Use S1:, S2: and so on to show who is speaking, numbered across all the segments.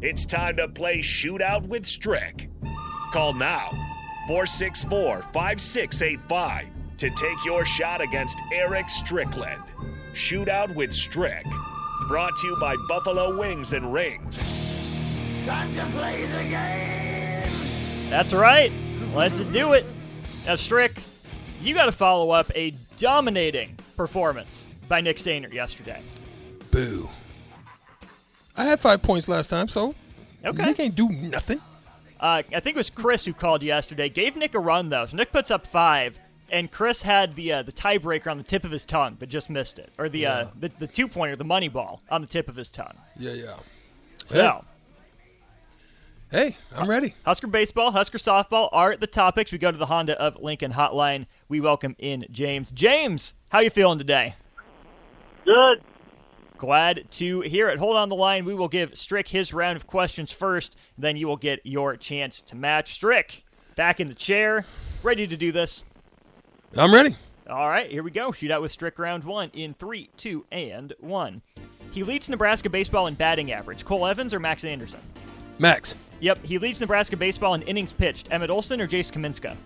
S1: It's time to play Shootout with Strick. Call now 464 5685 to take your shot against Eric Strickland. Shootout with Strick. Brought to you by Buffalo Wings and Rings.
S2: Time to play the game.
S3: That's right. Let's do it. Now, Strick, you got to follow up a dominating performance by Nick Sainer yesterday.
S4: Boo. I had five points last time, so
S3: Okay.
S4: you can't do nothing.
S3: Uh, I think it was Chris who called yesterday. Gave Nick a run though. So Nick puts up five, and Chris had the uh, the tiebreaker on the tip of his tongue, but just missed it, or the uh, the, the two pointer, the money ball, on the tip of his tongue.
S4: Yeah, yeah.
S3: So.
S4: Hey, I'm ready.
S3: Husker baseball, Husker softball are the topics. We go to the Honda of Lincoln hotline. We welcome in James. James, how you feeling today?
S5: Good.
S3: Glad to hear it. Hold on the line. We will give Strick his round of questions first, then you will get your chance to match. Strick, back in the chair, ready to do this.
S4: I'm ready.
S3: All right, here we go. Shootout with Strick round one in three, two, and one. He leads Nebraska baseball in batting average. Cole Evans or Max Anderson?
S4: Max.
S3: Yep, he leads Nebraska baseball in innings pitched. Emmett Olson or Jace Kaminska?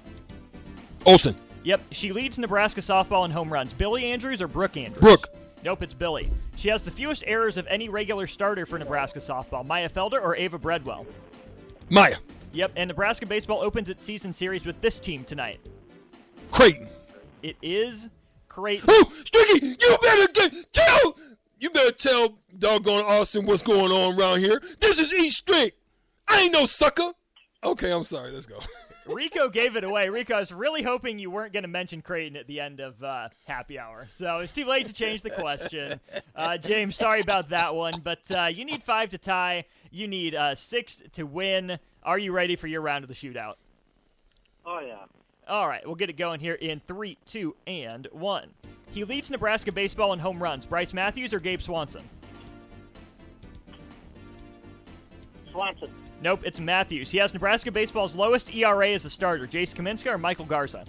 S4: Olson.
S3: Yep, she leads Nebraska softball in home runs. Billy Andrews or Brooke Andrews?
S4: Brooke.
S3: Nope, it's Billy. She has the fewest errors of any regular starter for Nebraska softball. Maya Felder or Ava Bredwell?
S4: Maya.
S3: Yep, and Nebraska baseball opens its season series with this team tonight.
S4: Creighton.
S3: It is Creighton.
S4: Ooh, Stricky, you better get, tell you better tell doggone Austin what's going on around here. This is East Street. I ain't no sucker. Okay, I'm sorry. Let's go.
S3: Rico gave it away. Rico, I was really hoping you weren't going to mention Creighton at the end of uh, happy hour. So it's too late to change the question. Uh, James, sorry about that one, but uh, you need five to tie. You need uh, six to win. Are you ready for your round of the shootout?
S5: Oh yeah.
S3: All right, we'll get it going here in three, two, and one. He leads Nebraska baseball in home runs. Bryce Matthews or Gabe Swanson?
S5: Swanson.
S3: Nope, it's Matthews. He has Nebraska baseball's lowest ERA as a starter. Jace Kaminska or Michael Garza?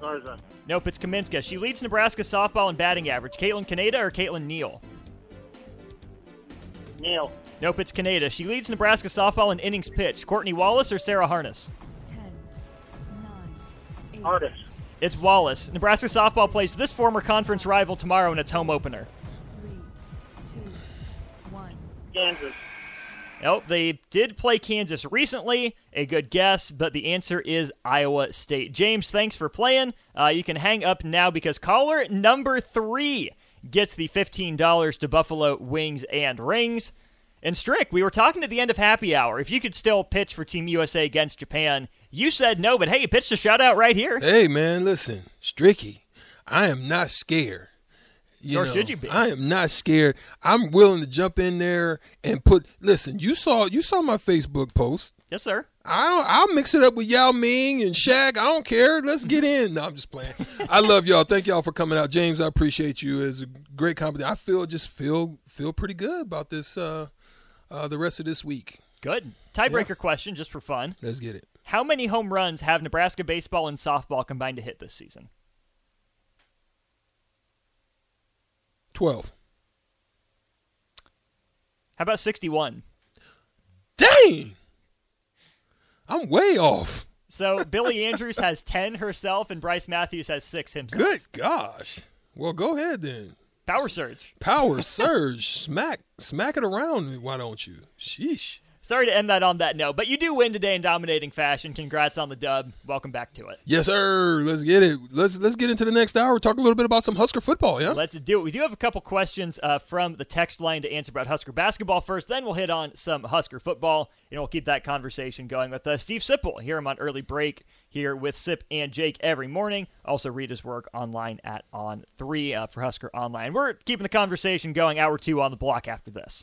S5: Garza.
S3: Nope, it's Kaminska. She leads Nebraska softball in batting average. Caitlin Caneda or Caitlin Neal?
S5: Neil.
S3: Nope, it's Caneda. She leads Nebraska softball in innings pitched. Courtney Wallace or Sarah Harness?
S6: 10, 9, 8,
S5: Artist.
S3: It's Wallace. Nebraska softball plays this former conference rival tomorrow in its home opener.
S6: 3, 2, 1.
S5: Kansas.
S3: Nope, they did play Kansas recently. A good guess, but the answer is Iowa State. James, thanks for playing. Uh, you can hang up now because caller number three gets the $15 to Buffalo Wings and Rings. And Strick, we were talking at the end of happy hour. If you could still pitch for Team USA against Japan, you said no, but hey, you pitched a shutout right here.
S4: Hey man, listen, Stricky, I am not scared. You
S3: Nor
S4: know,
S3: should you be.
S4: I am not scared. I'm willing to jump in there and put. Listen, you saw you saw my Facebook post.
S3: Yes, sir.
S4: I don't, I'll mix it up with Yao Ming and Shaq. I don't care. Let's get in. No, I'm just playing. I love y'all. Thank y'all for coming out, James. I appreciate you. It's a great company. I feel just feel feel pretty good about this. Uh, uh, the rest of this week.
S3: Good. Tiebreaker question, just for fun.
S4: Let's get it.
S3: How many home runs have Nebraska baseball and softball combined to hit this season?
S4: Twelve.
S3: How about 61?
S4: Dang. I'm way off.
S3: So Billy Andrews has ten herself, and Bryce Matthews has six himself.
S4: Good gosh. Well, go ahead then.
S3: Power surge.
S4: Power surge, smack, smack it around. Why don't you? Sheesh.
S3: Sorry to end that on that note, but you do win today in dominating fashion. Congrats on the dub. Welcome back to it.
S4: Yes, sir. Let's get it. Let's let's get into the next hour. Talk a little bit about some Husker football. Yeah.
S3: Let's do it. We do have a couple questions uh, from the text line to answer about Husker basketball first. Then we'll hit on some Husker football, and we'll keep that conversation going with uh, Steve Sipple. Hear him on early break here with Sip and Jake every morning. Also read his work online at On Three uh, for Husker Online. We're keeping the conversation going. Hour two on the block after this.